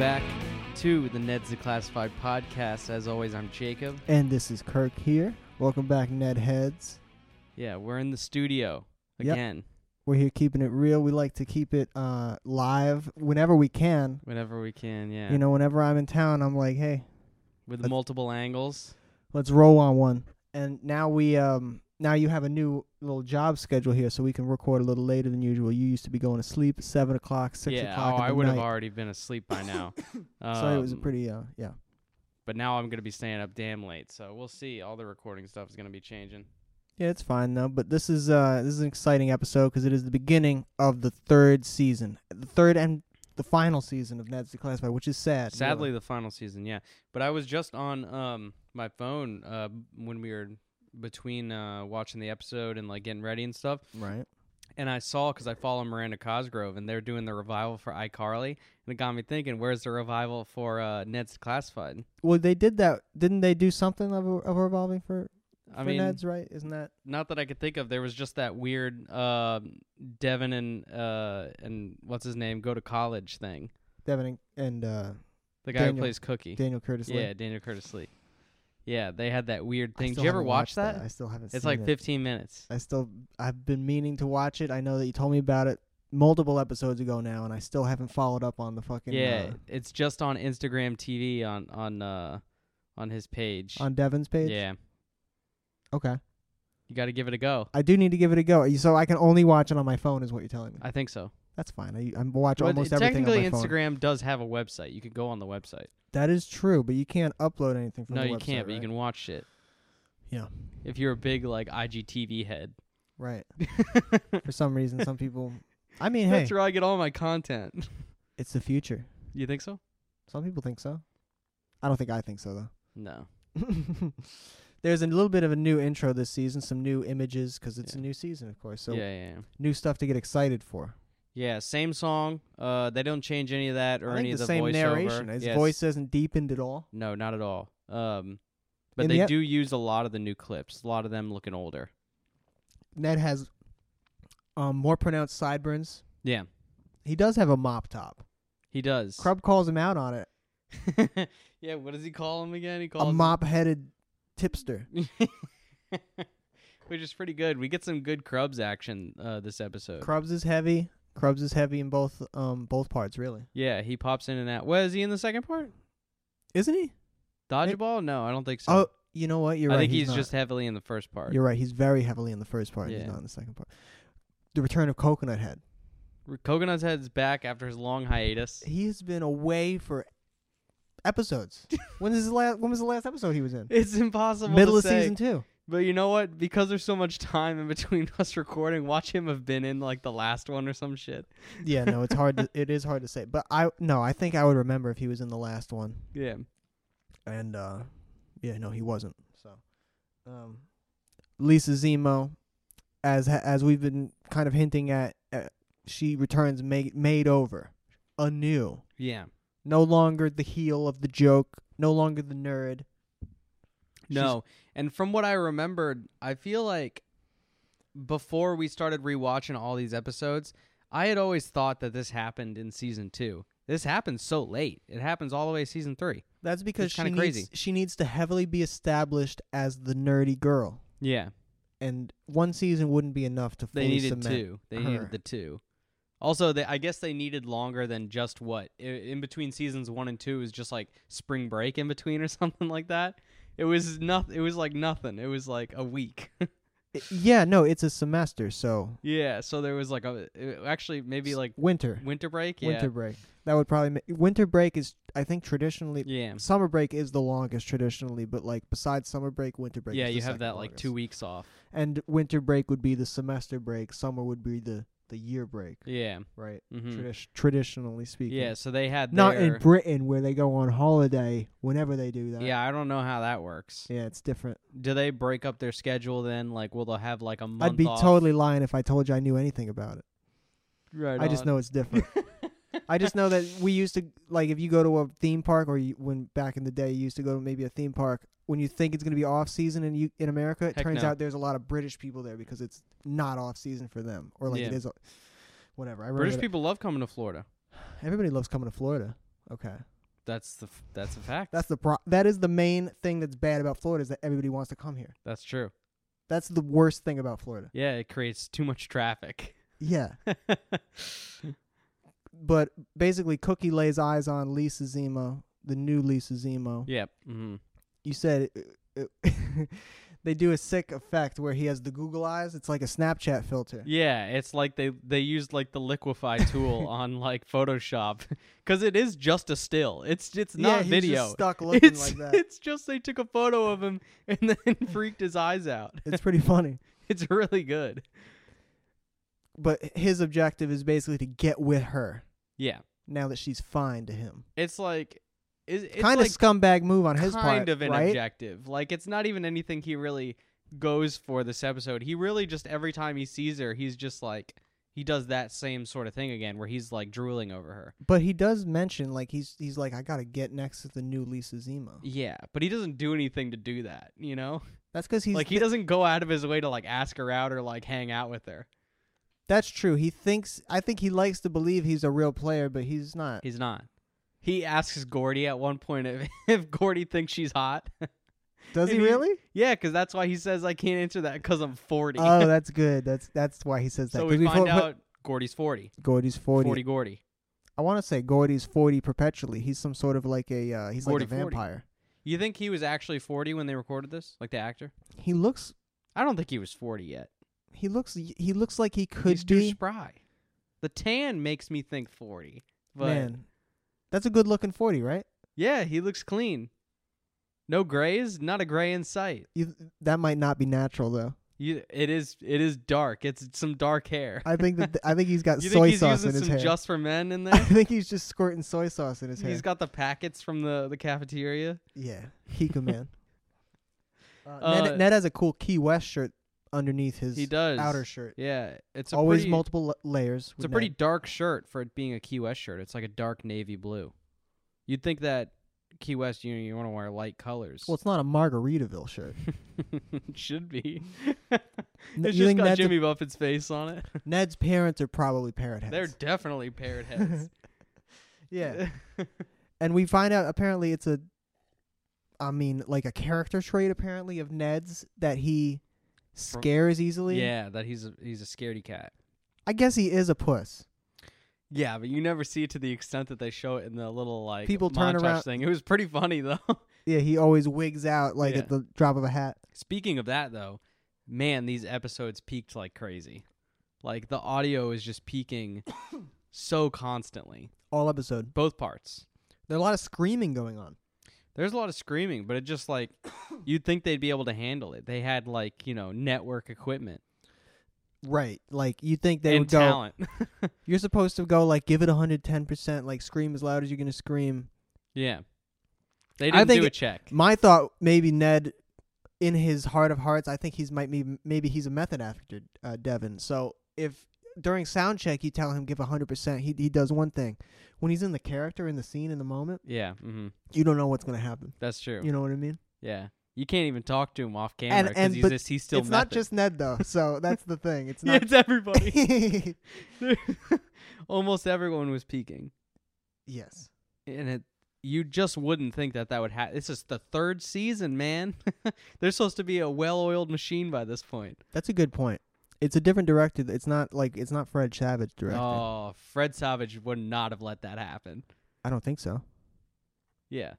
back to the Ned's the Classified podcast. As always, I'm Jacob. And this is Kirk here. Welcome back, Ned Heads. Yeah, we're in the studio Yep. again We're here keeping it real. We like to keep it uh, live whenever we can. whenever we can. Yeah, You know, whenever I'm in town, I'm like, hey, with that's- multiple angles. let's roll on one. And now we, um, now you have a new little job schedule here, so we can record a little later than usual. You used to be going to sleep at seven o'clock, six yeah, o'clock. oh, in the I would night. have already been asleep by now. um, So it was a pretty, uh, yeah. But now I'm gonna be staying up damn late, so we'll see. All the recording stuff is gonna be changing. Yeah, it's fine though. But this is uh this is an exciting episode because it is the beginning of the third season, the third and the final season of Ned's Declassified, which is sad. really. Sadly, the final season, yeah. But I was just on um my phone uh b- when we were between uh watching the episode and like getting ready and stuff, right? and I saw because I follow Miranda Cosgrove and they're doing the revival for iCarly, and it got me thinking, where's the revival for uh Ned's Classified? Well, they did that, didn't they? Do something of a, of a revolving for I for mean, Ned's, right? Isn't that not that I could think of. There was just that weird uh, Devin and uh and what's his name go to college thing. Devin and, and uh, The guy who Daniel- plays Cookie. Daniel Curtis? Lane? yeah, Daniel Curtis Lee. Yeah, they had that weird I thing. Did still you ever haven't watch watched that? I still haven't. It's seen like it. 15 minutes. I still I've been meaning to watch it. I know that you told me about it multiple episodes ago now, and I still haven't followed up on the fucking uh, Yeah, it's just on Instagram TV on on uh on his page. uh, on Devin's page. Yeah, Okay. you got to give it a go. I do need to give it a go. So I can only watch it on my phone, is what you're telling me. I think so. That's fine. I, I watch Well, almost it- everything on technically, my phone. Instagram does have a website. You could go on the website. That is true, but you can't upload anything from no, the you website, can't, but you right? can watch shit. Yeah. If you're a big like IGTV head, Right. For some reason, some people. I mean, hey, that's where I get all my content. it's the future. you think so? Some people think so. I don't think I think so though. No. There's a little bit of a new intro this season, some new images 'cause it's Yeah. a new season, of course. So yeah, yeah, yeah. new stuff to get excited for. Yeah, same song. Uh, they don't change any of that or I any think of the the same voiceover. narration. His Yes. voice isn't deepened at all. No, not at all. Um, but In they the e- ep- do use a lot of the new clips. A lot of them looking older. Ned has um, more pronounced sideburns. Yeah, He does have a mop top. he does. Krub calls him out on it. yeah, what does he call him again? He calls A him- mop-headed tipster. which is pretty good. We get some good Krubs action uh, this episode. Krubs is heavy. Krubs is heavy in both um both parts, really. yeah, he pops in and out. Well, is he in the second part? Isn't he? Dodgeball? No, I don't think so. Oh, you know what? You're I right. think he's, not. just heavily in the first part. You're right. He's very heavily in the first part. Yeah. He's not in the second part. The return of Coconut Head. Coconut's head's back after his long hiatus. He has been away for episodes. when is his last? When was the last episode he was in? It's impossible. Middle to of say. season two. But you know what? Because there's so much time in between us recording, watch him have been in like the last one or some shit. Yeah, no, it's hard. To, it is hard to say, but I no, I think I would remember if he was in the last one. Yeah. and uh yeah no he wasn't so um lisa zemo as ha- as we've been kind of hinting at uh, she returns made made over anew Yeah. no longer the heel of the joke no longer the nerd No. and from what I remembered, I feel like before we started rewatching all these episodes, I had always thought that this happened in season two. This happens so late. It happens all the way to season three. that's because It's she kinda needs, crazy. she needs to heavily be established as the nerdy girl Yeah. and one season wouldn't be enough to fully They needed cement two. They her. needed the two. Also, they, I guess they needed longer than just what I- in between seasons one and two is just like spring break in between or something like that. It was nothing. It was like nothing. It was like a week. I- yeah no it's a semester so yeah. So there was like a it- actually maybe like winter winter break. Yeah. winter break. That would probably ma- winter break is I think traditionally Yeah. summer break is the longest traditionally, but like besides summer break, winter break. Yeah. is the You have second that like longest. two weeks off. And winter break would be the semester break. Summer would be the the year break, Yeah. right? hmm Tradi- traditionally speaking. Yeah. So they had Not their, in Britain where they go on holiday whenever they do that. Yeah, I don't know how that works. Yeah, it's different. Do they break up their schedule then? Like, will they have like a month? I'd be off? totally lying if I told you I knew anything about it. Right I just know it's different. I just know that we used to like if you go to a theme park or you, when back in the day you used to go to maybe a theme park when you think it's going to be off season in you in America it Heck turns no. out there's a lot of British people there because it's not off season for them or like Yeah. it is a, whatever. I remember British that- people love coming to Florida. everybody loves coming to Florida. Okay. That's the f- that's a fact. That's the pro- that is the main thing that's bad about Florida is that everybody wants to come here. that's true. That's the worst thing about Florida. Yeah, it creates too much traffic. Yeah. But basically Cookie lays eyes on Lisa Zemo, the new Lisa Zemo. yep. Mm-hmm. You said it, it- they do a sick effect where he has the Google eyes. It's like a Snapchat filter. Yeah, it's like they they used like the liquefy tool on like Photoshop because it is just a still. It's it's Yeah, not he's just video. stuck looking it's, like that. It's just they took a photo of him and then freaked his eyes out. It's pretty funny. It's really good. But his objective is basically to get with her Yeah, now that she's fine to him. it's like is it's kind of like scumbag move on his kind part, of an right? objective. Like it's not even anything he really goes for this episode. He really just every time he sees her, he's just like he does that same sort of thing again, where he's like drooling over her. But he does mention like he's he's like I gotta get next to the new Lisa Zemo. Yeah, but he doesn't do anything to do that. You know. That's because he's like he thi- doesn't go out of his way to like ask her out or like hang out with her. that's true. He thinks I think he likes to believe he's a real player, but he's not. He's not. He asks Gordy at one point if, if Gordy thinks she's hot. Does he and he- really? yeah, because that's why he says I can't answer that because I'm 40. oh, that's good. That's that's why he says that. so 'Cause we find fo- out Gordy's 40. Gordy's 40. 40. Gordy. I want to say Gordy's 40 perpetually. He's some sort of like a uh, he's Gordy like a 40. vampire. You think he was actually 40 when they recorded this? Like the actor? He looks I don't think he was 40 yet. he looks he looks like he could He's too be spry. The tan makes me think 40. But man. That's a good looking 40, right? yeah, he looks clean. No grays, not a gray in sight. You, that might not be natural though. You, it is it is dark. It's some dark hair. I think that th- I think he's got you soy think he's sauce using in his some hair. just for men in I there? think he's just squirting soy sauce in his hair. he's got the packets from the, the cafeteria. yeah, Kika man. Uh, Uh, Ned, Ned has a cool Key West shirt underneath his He does. outer shirt. Yeah, it's a Always pretty, multiple la- layers. It's with a pretty dark shirt for it being a Key West shirt. It's like a dark navy blue. You'd think that Key West, you know, you want to wear light colors. Ned. Well, it's not a Margaritaville shirt. it should be. N- it's you just think got Ned's a- Jimmy Buffett's face on it. Ned's parents are probably parrot heads. They're definitely paired heads. yeah, and we find out apparently it's a, I mean, like a character trait apparently of Ned's that he scares easily. yeah, that he's a, he's a scaredy cat. I guess he is a puss. Yeah, but you never see it to the extent that they show it in the little like People turn montage around- thing. It was pretty funny though. Yeah, he always wigs out like Yeah. at the drop of a hat. Speaking of that though, man, these episodes peaked like crazy. Like the audio is just peaking so constantly, All episode. both parts. There are a lot of screaming going on. There's a lot of screaming, but it just like you'd think they'd be able to handle it. They had like you know network equipment Right. Like you think they and would go talent. you're supposed to go like give it 110%, like scream as loud as you're going to scream. yeah, they I didn't think do a it- check. My thought maybe Ned in his heart of hearts, I think he's might be maybe he's a method actor, uh, Devin. So if during sound check you tell him give 100%, he he does one thing. When he's in the character in the scene in the moment, Yeah, hmm you don't know what's going to happen. that's true. You know what I mean? yeah, you can't even talk to him off camera because and- he's but just, he's still it's not method. just Ned though. So that's the thing. It's yeah, not it's everybody. Almost everyone was peaking. yes. and it you just wouldn't think that that would happen. This is the third season, man. They're supposed to be a well-oiled machine by this point. That's a good point. It's a different director. It's not like it's not Fred Savage directing. Oh, Fred Savage would not have let that happen. I don't think so. Yeah,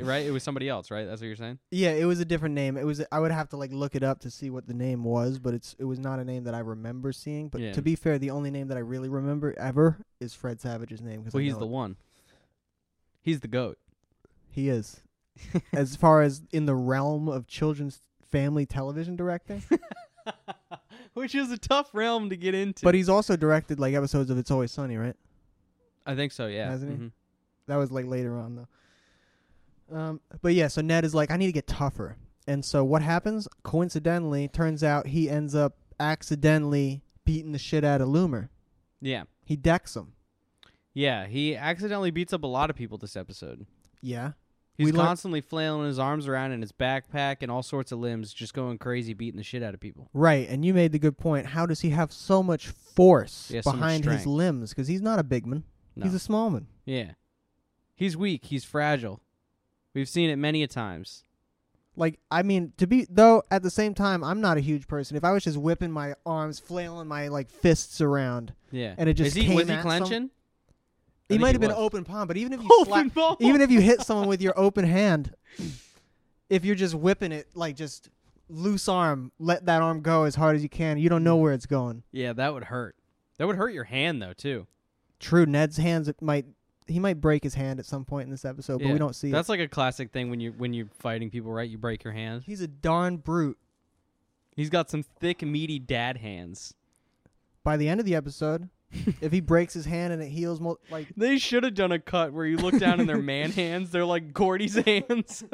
right. It was somebody else, right? That's what you're saying. yeah, it was a different name. It was I would have to like look it up to see what the name was, but it's it was not a name that I remember seeing. But Yeah. to be fair, the only name that I really remember ever is Fred Savage's name because Well, he's the one. He's the goat. he is as far as in the realm of children's family television directing. Which is a tough realm to get into. but he's also directed like episodes of It's Always Sunny, right? I think so. Yeah. Hasn't he? Mhm. That was like later on though. Um, but yeah, so Ned is like, I need to get tougher, and so what happens? Coincidentally, turns out he ends up accidentally beating the shit out of Loomer. Yeah. He decks him. Yeah. He accidentally beats up a lot of people this episode. Yeah, He's We learn- constantly flailing his arms around in his backpack and all sorts of limbs, just going crazy, beating the shit out of people. right. And you made the good point. How does he have so much force He has so much behind his strength. limbs? Because he's not a big man. No. He's a small man. Yeah. He's weak. He's fragile. We've seen it many a times. Like I mean, to be though at the same time, I'm not a huge person. If I was just whipping my arms, flailing my like fists around, Yeah. And it just Is he, came was he at some- clenching? I he think might have been was. open palm. But even if you slap, Open palm. even if you hit someone with your open hand, if you're just whipping it like just loose arm, let that arm go as hard as you can. You don't Mm. know where it's going. yeah, that would hurt. That would hurt your hand though too. True, Ned's hands might he might break his hand at some point in this episode, but Yeah. we don't see it. That's like a classic thing when you when you're fighting people, right? You break your hand. He's a darn brute. He's got some thick, meaty dad hands. By the end of the episode, if he breaks his hand and it heals, mul- like They should have done a cut where you look down and they're man hands. They're like Gordy's hands.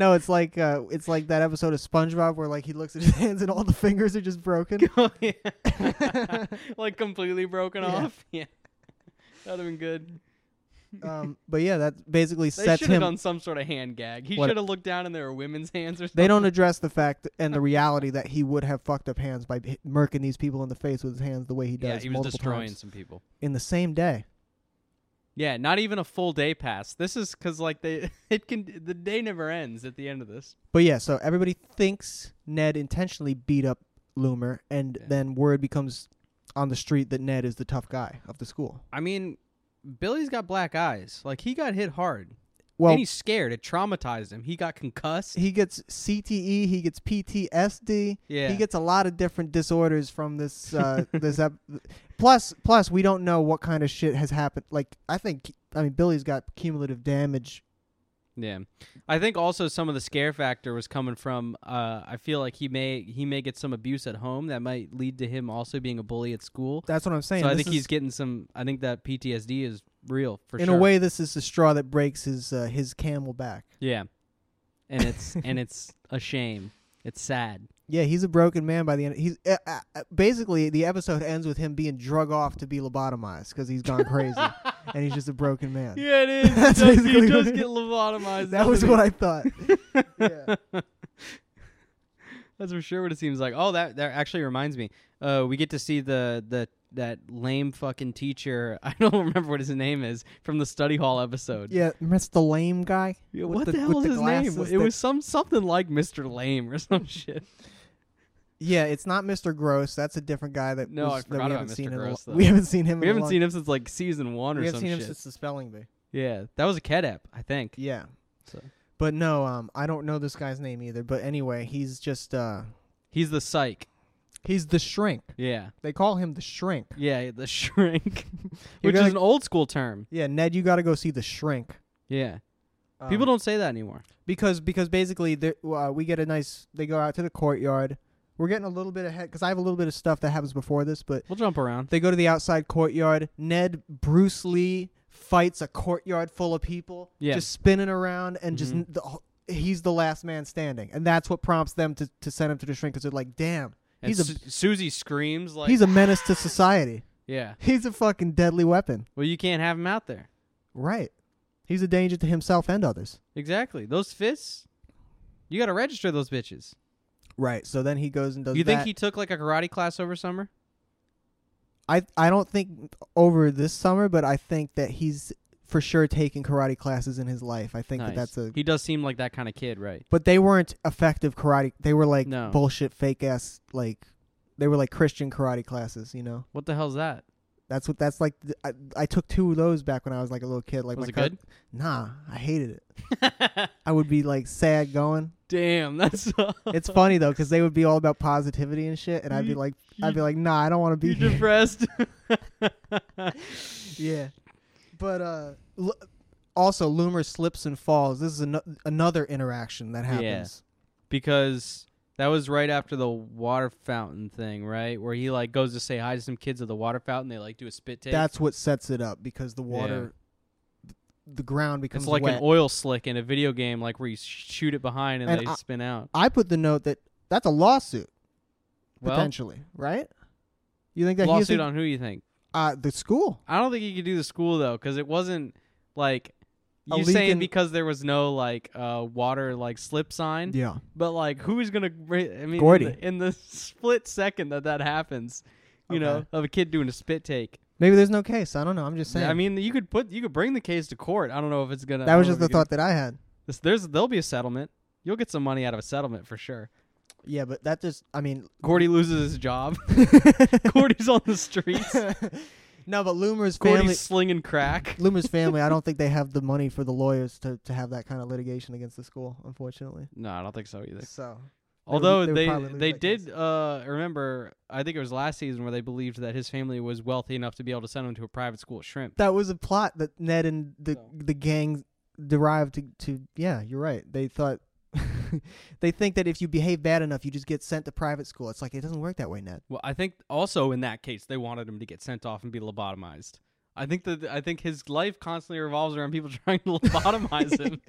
no, it's like uh, it's like that episode of SpongeBob where like he looks at his hands and all the fingers are just broken. Oh, Yeah. like completely broken Yeah. off. Yeah. That'd have been good. Um, but yeah, that basically They sets should have him. done some sort of hand gag. He What- should have looked down and there were women's hands or something. They don't address the fact and the reality that he would have fucked up hands by hit- murking these people in the face with his hands the way he does yeah, he was uh, multiple destroying times some people. in the same day. Yeah, not even a full day passed. This is because like they it can the day never ends at the end of this. But yeah, so everybody thinks Ned intentionally beat up Loomer, and Yeah. then word becomes on the street that Ned is the tough guy of the school. I mean, Billy's got black eyes. Like he got hit hard. Well, and he's scared. It traumatized him. He got concussed. he gets CTE, he gets PTSD, yeah. he gets a lot of different disorders from this. Uh, this ep- plus, plus we don't know what kind of shit has happened. Like I think, I mean, Billy's got cumulative damage. Yeah, I think also some of the scare factor was coming from. Uh, I feel like he may he may get some abuse at home that might lead to him also being a bully at school. That's what I'm saying. so I This think is- he's getting some. I think that PTSD is real for in sure. a way. This is the straw that breaks his uh, his camel back. yeah, and it's and it's a shame. It's sad. Yeah, he's a broken man by the end. He's uh, uh, uh, basically the episode ends with him being drug off to be lobotomized because he's gone crazy and he's just a broken man. Yeah, it is. That's does- he basically does what it get is. lobotomized. that was what I thought. yeah. That's for sure what it seems like. Oh, that that actually reminds me. Uh, we get to see the the that lame fucking teacher. I don't remember what his name is from the study hall episode. yeah, Mr. Lame guy. Yeah, with what the, the- hell with is the his glasses name? It that- was some something like Mr. Lame or some shit. Yeah, it's not Mr. Gross. That's a different guy that No, I was- that forgot we about haven't Mr. seen Gross, in though. a, lo- we haven't seen him. We in haven't a long- seen him since like season one We or haven't some seen him shit. since the spelling bee. yeah, that was a Kedep, I think. Yeah, So. but no, um, I don't know this guy's name either. But anyway, he's just uh, He's the psych. he's the shrink. Yeah, They call him the shrink. yeah, the shrink, You're which gonna- is an old school term. Yeah, Ned, you got to go see the shrink. Yeah, Um, people don't say that anymore. because because basically there- uh, we get a nice they go out to the courtyard we're getting a little bit ahead because i have a little bit of stuff that happens before this but We'll jump around. they go to the outside courtyard ned bruce lee fights a courtyard full of people Yeah. just spinning around and just Mhm. the, he's the last man standing and that's what prompts them to, to send him to the shrink because they're like damn And he's a- Su- Susie screams like, he's a menace to society yeah. he's a fucking deadly weapon Well, you can't have him out there. right he's a danger to himself and others Exactly. Those fists, you got to register those bitches. right so then he goes and does you think that. he took like a karate class over summer? I I don't think over this summer, but I think that he's for sure taking karate classes in his life. I think Nice. that that's a. He does seem like that kind of kid, right? But they weren't effective karate. They were like No. bullshit, fake ass. Like they were like Christian karate classes. You know, What the hell's that? that's what that's like. th- I, I took two of those back when I was like a little kid. Like Was my it cou- good? Nah, I hated it. I would be like sad going. Damn, that's It's funny though because they would be all about positivity and shit, and I'd be You- like, you- I'd be like, nah, I don't want to be you here. depressed. Yeah, but uh, l- also Loomer slips and falls. This is ano- another interaction that happens. because that was right after the water fountain thing, right? Where he like goes to say hi to some kids at the water fountain. They like do a spit take. That's what sets it up because the water, th- the ground becomes it's like wet. an oil slick in a video game, like where you sh- shoot it behind and, And they I- spin out. I put the note that that's a lawsuit Well, potentially, right? You think that he was lawsuit the- on who you think? uh, the school? I don't think you could do the school though, because it wasn't like A you leak saying in- because there was no like uh water like slip sign. Yeah, But like, who is gonna? ra- I mean, Gordy. In, the, in the split second that that happens, you know, Okay. of a kid doing a spit take. Maybe there's no case. I don't know. I'm just saying. I mean, you could put you could bring the case to court. I don't know if it's gonna. I that don't was know just if the you can- thought that I had. This- There's there'll be a settlement. You'll get some money out of a settlement for sure. Yeah, but that just. I mean. Gordy loses his job. Gordy's on the streets. no, but Loomer's family. Gordy's slinging crack. Loomer's family. I don't think they have the money for the lawyers to to have that kind of litigation against the school. Unfortunately. No, I don't think so either. So. would- Although they would they probably lose they that case. did uh, remember, I think it was last season where they believed that his family was wealthy enough to be able to send him to a private school at Shrimp. That was a plot that Ned and the So- the gang derived to, to yeah, you're right. They thought they think that if you behave bad enough you just get sent to private school. It's like it doesn't work that way, Ned. Well, I think also in that case they wanted him to get sent off and be lobotomized. I think that I think his life constantly revolves around people trying to lobotomize him.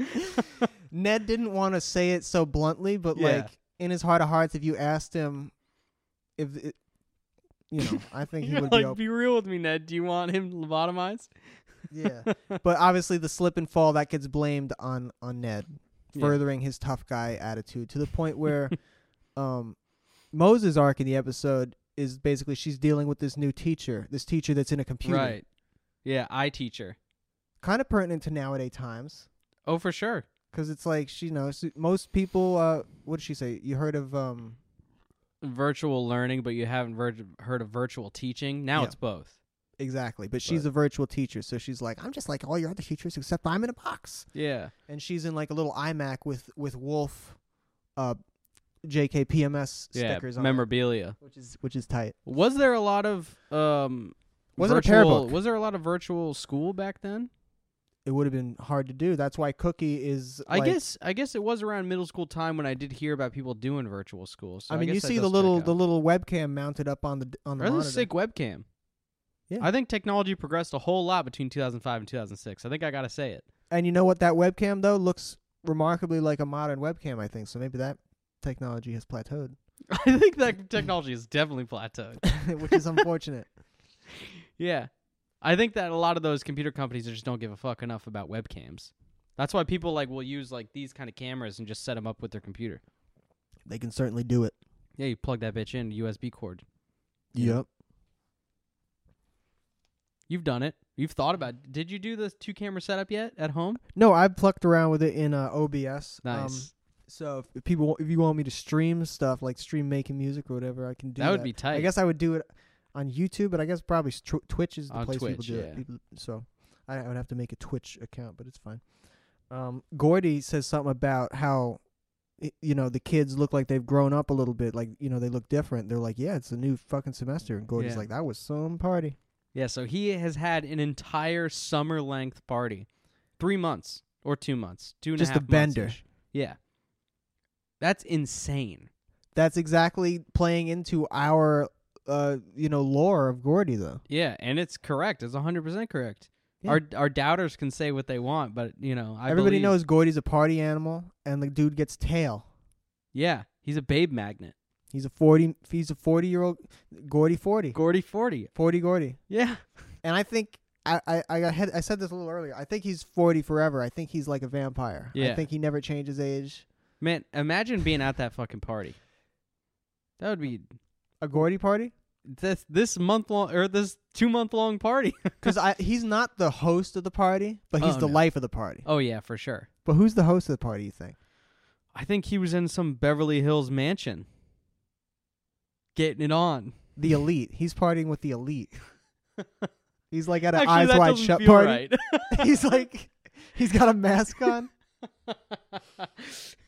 Ned didn't want to say it so bluntly, but Yeah. like in his heart of hearts if you asked him if it, you know, I think he You're would like, be open. be real with me, Ned. Do you want him lobotomized? yeah. But obviously the slip and fall that gets blamed on on Ned. Yeah. furthering his tough guy attitude to the point where um Moses' arc in the episode is basically she's dealing with this new teacher, this teacher that's in a computer. Right. Yeah, I teacher. Kind of pertinent to nowadays times Oh, for sure. because it's like she knows most people. Uh, what did she say? You heard of um? Virtual learning, but you haven't ver- heard of virtual teaching. Now Yeah. it's both. Exactly, but she's But- a virtual teacher, so she's like, I'm just like all your other teachers, except I'm in a box. Yeah. And she's in like a little iMac with with Wolf, uh, JK PMS Yeah. stickers on, it, Memorabilia. which is which is tight. Was there a lot of um? Wasn't a virtual, prayer book. Was there a lot of virtual school back then? It would have been hard to do. That's why Cookie is. I like, guess I guess it was around middle school time when I did hear about people doing virtual school. So I mean, you guess that see the does little check the out. little webcam mounted up on the d- on the Or the monitor. sick webcam. Yeah. I think technology progressed a whole lot between 2005 and 2006. I think I gotta say it. And you know what? That webcam though looks remarkably like a modern webcam. I think so. Maybe that technology has plateaued, I think that technology is definitely plateaued. which is unfortunate. Yeah. I think that a lot of those computer companies just don't give a fuck enough about webcams. That's why people like will use like these kind of cameras and just set them up with their computer. They can certainly do it. Yeah, you plug that bitch in USB cord. Yeah. Yep. You've done it. You've thought about. It. Did you do the two camera setup yet at home? No, I've plucked around with it in uh, OBS. Um, Nice. so if- if people, if you want me to stream stuff like stream making music or whatever, I can do that that. would be tight. I guess I would do it on YouTube, but I guess probably str- Twitch is the On place people Twitch, do yeah. it. People, so I, I would have to make a Twitch account, but it's fine. Um, Gordy says something about how i- you know the kids look like they've grown up a little bit, like you know they look different. They're like, yeah, it's a new fucking semester, and Gordy's Yeah. like, that was some party. Yeah, so he has had an entire summer length party. Three months or two months. Two and a Just a half months bender. each. Yeah. That's insane. That's exactly playing into our uh you know lore of Gordy though. Yeah, and it's correct. It's 100% correct. Yeah. Our our doubters can say what they want, but you know, I Everybody believe- knows Gordy's a party animal, and the dude gets tail. Yeah, he's a babe magnet. He's a forty. He's a forty year old Gordy forty. Gordy 40. Forty Gordy. Yeah. And I think I I I, had, I said this a little earlier. I think he's forty forever. I think he's like a vampire. Yeah. I think he never changes age. Man, imagine being at that fucking party. That would be A Gordy party? this this month long or this 2 month long party. Because I he's not the host of the party, but he's Oh, the no. life of the party. oh yeah, for sure. But who's the host of the party? You think? I think he was in some Beverly Hills mansion. Getting it on. The elite. He's partying with the elite. He's like at an Actually, eyes that wide doesn't shut feel party. right. he's like, he's got a mask on.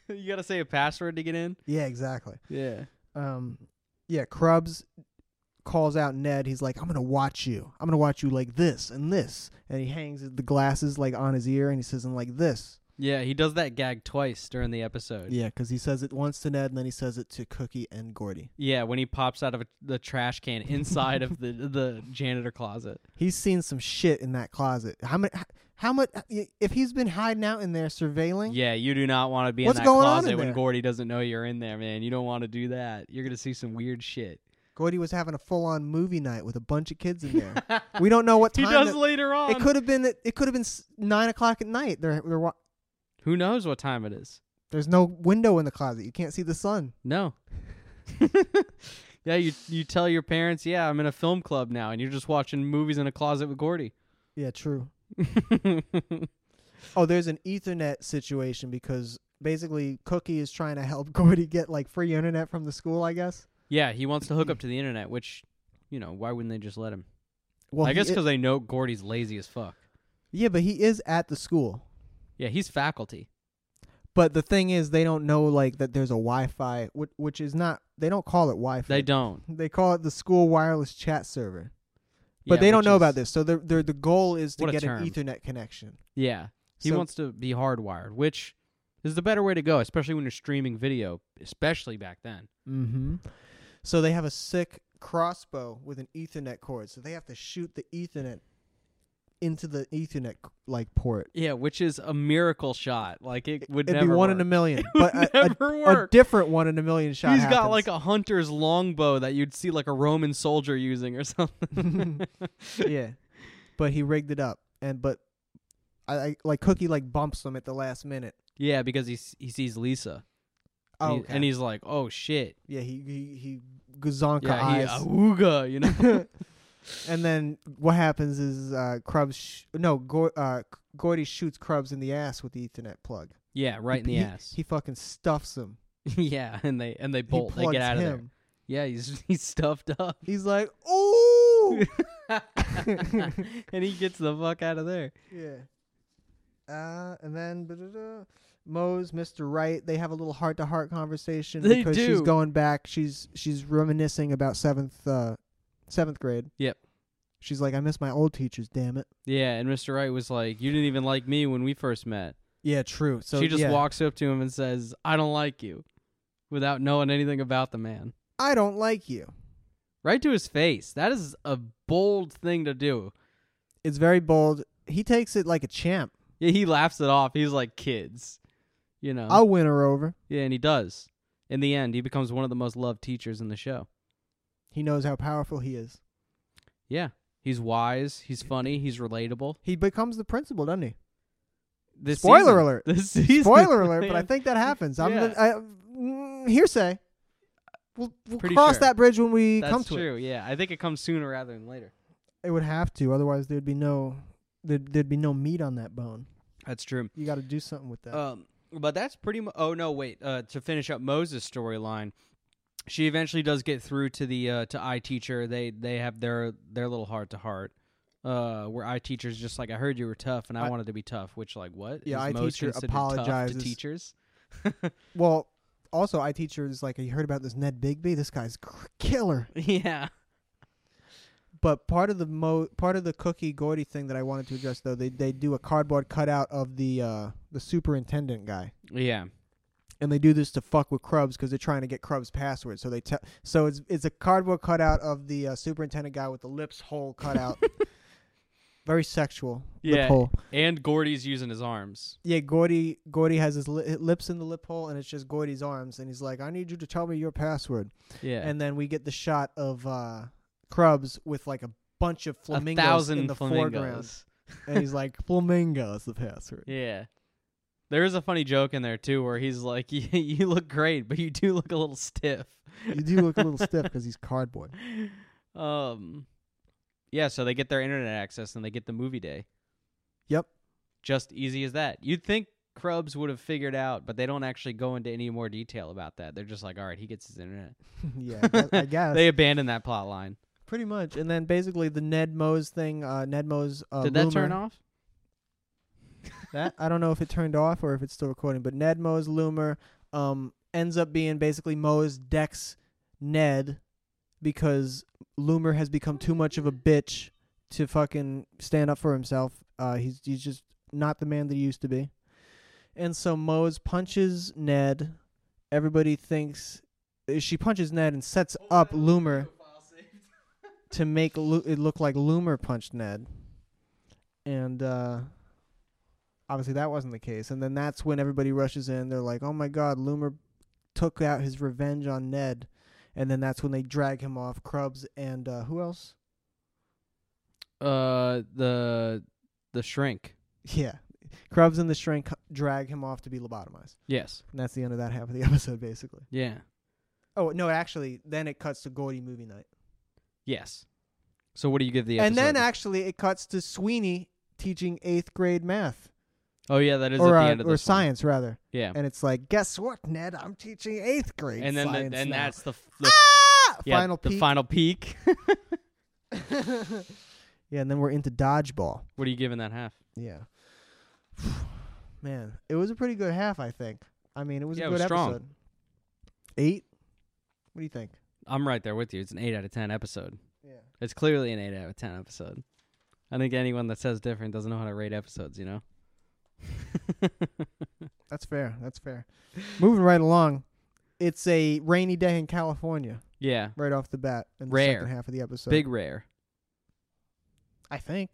you gotta say a password to get in. Yeah, exactly. Yeah. um yeah Krubs calls out Ned he's like I'm going to watch you I'm going to watch you like this and this and he hangs the glasses like on his ear and he says and like this Yeah, he does that gag twice during the episode. Yeah, yeah cuz he says it once to Ned and then he says it to Cookie and Gordy when he pops out of a, the trash can inside of the the janitor closet. he's seen some shit in that closet how much how much if he's been hiding out in there surveilling Yeah, you do not want to be What's in that going on closet in when there? Gordy doesn't know you're in there, man. You don't want to do that. You're gonna see some weird shit. Gordy was having a full on movie night with a bunch of kids in there we don't know what he time does that- later on. it could have been it could have been s- 9 o'clock at night they're, they're wa- Who knows what time it is? there's no window in the closet you can't see the sun No. Yeah, you you tell your parents, yeah, I'm in a film club now, and you're just watching movies in a closet with Gordy. Yeah, true. Oh, there's an Ethernet situation because basically Cookie is trying to help Gordy get like free internet from the school, I guess. yeah, he wants to hook up to the internet, which, you know, why wouldn't they just let him? Well, I he guess i- because they know Gordy's lazy as fuck. yeah, but he is at the school. Yeah, he's faculty. But the thing is, they don't know like that there's a Wi-Fi, which, which is not. They don't call it Wi-Fi. They don't. They call it the school wireless chat server. But Yeah, they don't which know is- about this. So they're, they're, the goal is to What a get term. an Ethernet connection. Yeah, he So- wants to be hardwired, which is the better way to go, especially when you're streaming video, especially back then. Mm-hmm. So they have a sick crossbow with an Ethernet cord. So they have to shoot the Ethernet into the Ethernet like port. Yeah, which is a miracle shot. Like it would It'd never be one work. in a million, would but a, a- never a work. different one in a million shot. He's happens. got like a hunter's longbow that you'd see like a Roman soldier using or something. yeah, but he rigged it up, and but I, I like Cookie like bumps him at the last minute. yeah, because he s- he sees Lisa. Oh, and, he- okay. and he's like, "Oh shit." yeah, he he he gazonka yeah, he oh. eyes. awooga, you know. And then what happens is uh, Krubs, sh- no, Gor- uh, Gordy shoots Krubs in the ass with the Ethernet plug. yeah, right in the He- ass. He fucking stuffs him. yeah, and they and they He bolt. They plugs get out of there. him. Yeah, he's he's stuffed up. He's like, ooh, and he gets the fuck out of there. yeah. Uh, and then ba-da-da, Mose, Mr. Wright, they have a little heart to heart conversation They because she's do. going back. She's she's reminiscing about seventh uh, seventh grade. Yep. She's like, I miss my old teachers. Damn it. Yeah, and Mr. Wright was like, "You didn't even like me when we first met." Yeah, true. So she just yeah. walks up to him and says, "I don't like you," without knowing anything about the man. I don't like you. Right to his face. That is a bold thing to do. It's very bold. He takes it like a champ. Yeah, he laughs it off. He's like kids, you know. I'll win her over. Yeah, and he does. In the end, he becomes one of the most loved teachers in the show. He knows how powerful he is. Yeah, he's wise. He's funny. He's relatable. He becomes the principal, doesn't he? This Spoiler season- alert. This season, Spoiler alert, but I man. think that happens. I'm Yeah. gonna, I, mm, hearsay. We'll, we'll Pretty cross sure. that bridge when we that's come to it. true. Yeah, I think it comes sooner rather than later. It would have to, otherwise there'd be no there'd, there'd be no meat on that bone. That's true. You got to do something with that. Um, but that's pretty. Mu- oh no, wait. Uh, to finish up Moses' storyline, she eventually does get through to the uh, to I teacher. They they have their their little heart to heart. Uh, where I teacher's just like I heard you were tough and I, I- wanted to be tough, which like what? Yeah, Is I Mose teacher considered tough apologizes. to teachers. well, also, I teacher is like, you heard about this Ned Bigby? This guy's cr- killer. yeah, But part of the mo part of the cookie Gordy thing that I wanted to address though, they they do a cardboard cutout of the uh the superintendent guy. yeah, and they do this to fuck with Krubs because they're trying to get Krubs' password. So they tell, so it's it's a cardboard cutout of the uh, superintendent guy with the lips hole cut out, very sexual Yeah. lip hole. and Gordy's using his arms. Yeah, Gordy Gordy has his li- lips in the lip hole, and it's just Gordy's arms, and he's like, "I need you to tell me your password." Yeah, And then we get the shot of uh, Krubs with like a bunch of a flamingos thousand in the foreground, flamingos. and he's like, "Flamingo is the password." Yeah. There is a funny joke in there too, where he's like, "You, you look great, but you do look a little stiff." You do look a little stiff because he's cardboard. Um, yeah. So they get their internet access and they get the movie day. Yep. Just easy as that. You'd think Krubs would have figured out, but they don't actually go into any more detail about that. They're just like, "All right, he gets his internet." yeah, I guess- I guess. They abandon that plot line. Pretty much, and then basically the Ned Mose thing. Uh, Ned Mose. Uh, Did that rumor- turn off? That I don't know if it turned off or if it's still recording. But Ned Mose Loomer um, ends up being basically Mose decks Ned because Loomer has become too much of a bitch to fucking stand up for himself. Uh, he's he's just not the man that he used to be, and so Mose punches Ned. Everybody thinks uh, she punches Ned and sets up Loomer to make Lu- it look like Loomer punched Ned. And uh, obviously that wasn't the case. And then that's when everybody rushes in. They're like, "Oh my God, Loomer took out his revenge on Ned." And then that's when they drag him off. Krubs and uh, who else? Uh, the the shrink. Yeah, Krubs and the Shrink drag him off to be lobotomized. Yes. And that's the end of that half of the episode, basically. Yeah. Oh no, actually, then it cuts to Gordy movie night, Yes. So what do you give the and then episode? actually it cuts to Sweeney teaching eighth grade math oh yeah, that is or at uh, the end of or this one. science rather, Yeah. and it's like, guess what, Ned? I'm teaching eighth grade. And then the, science and now." that's the, f- the ah! yeah, final the peak. final peak. yeah, and then we're into dodgeball. what are you giving that half? Yeah. Man, it was a pretty good half, I think. I mean, it was Yeah, a it good was strong. episode. Eight? What do you think? I'm right there with you. It's an 8 out of 10 episode. Yeah. It's clearly an 8 out of 10 episode. I think anyone that says different doesn't know how to rate episodes, you know? That's fair. That's fair. Moving right along, it's a rainy day in California yeah. right off the bat in the Rare. second half of the episode. Big rare. I think.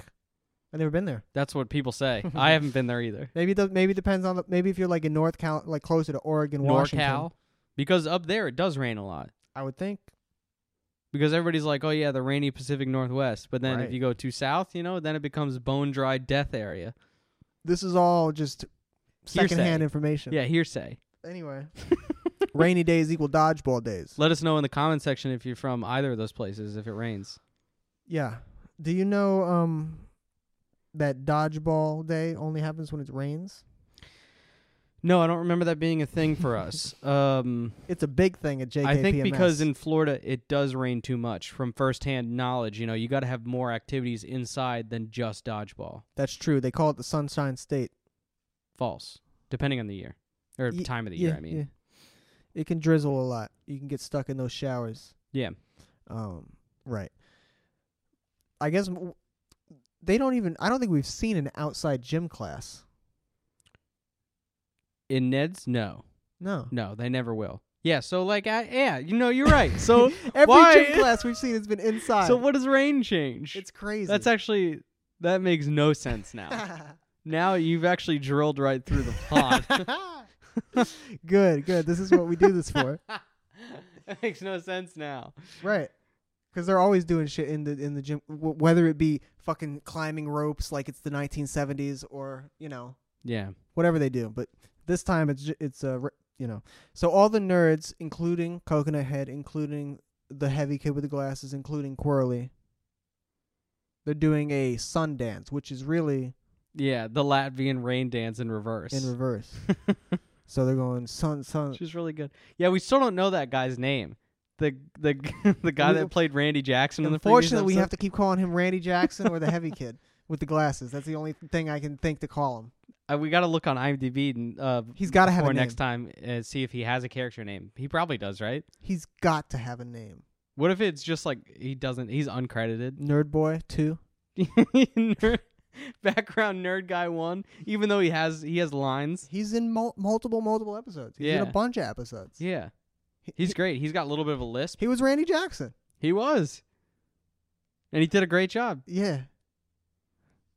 I've never been there. That's what people say. I haven't been there either. Maybe it does, maybe it depends on the maybe if you're like in North Cal like closer to Oregon, Washington. NorCal. Because up there it does rain a lot. I would think. Because everybody's like, oh yeah, the rainy Pacific Northwest. But then Right. if you go too south, you know, then it becomes bone dry death area. This is all just secondhand Hearsay. information. Yeah, hearsay. Anyway. rainy days equal dodgeball days. Let us know in the comment section if you're from either of those places if it rains. Yeah. Do you know um that dodgeball day only happens when it rains? No, I don't remember that being a thing for us. Um, It's a big thing at JKPMS. I think because in Florida it does rain too much. From firsthand knowledge, you know, you got to have more activities inside than just dodgeball. that's true. They call it the Sunshine State. False, depending on the year or Ye- time of the year. I mean, yeah. It can drizzle a lot. You can get stuck in those showers. Yeah. Um right. I guess w- they don't even I don't think we've seen an outside gym class. in Ned's, no, No. no, they never will. Yeah, so like, I, yeah, you know, you're right. So, Every why- gym class we've seen has been inside. so what does rain change? It's crazy. That's actually that makes no sense now. now you've actually drilled right through the pond. good, good. This is what we do this for. that makes no sense now. Right. Because they're always doing shit in the in the gym, w- whether it be fucking climbing ropes like it's the 1970s or you know Yeah. whatever they do. But this time it's ju- it's uh, r- you know so all the nerds, including Coconut Head, including the heavy kid with the glasses, including Quirly, they're doing a Sundance, which is really Yeah, the Latvian rain dance in reverse. in reverse. so they're going sun sun. Which is really good. Yeah, we still don't know that guy's name. The the the guy We- that played Randy Jackson in the previous Unfortunately, we episode. have to keep calling him Randy Jackson or the heavy kid with the glasses. That's the only thing I can think to call him. Uh, we got to look on IMDb and uh He's got to have a for name. next time uh, see if he has a character name. He probably does, right? He's got to have a name. What if it's just like he doesn't? He's uncredited. Nerd Boy too. Nerd- Background nerd guy one, even though he has he has lines. He's in mul- multiple multiple episodes. He's in a Yeah. bunch of episodes. Yeah, He- he's he, great. He's got a little bit of a lisp. he was Randy Jackson. He was, and he did a great job. Yeah.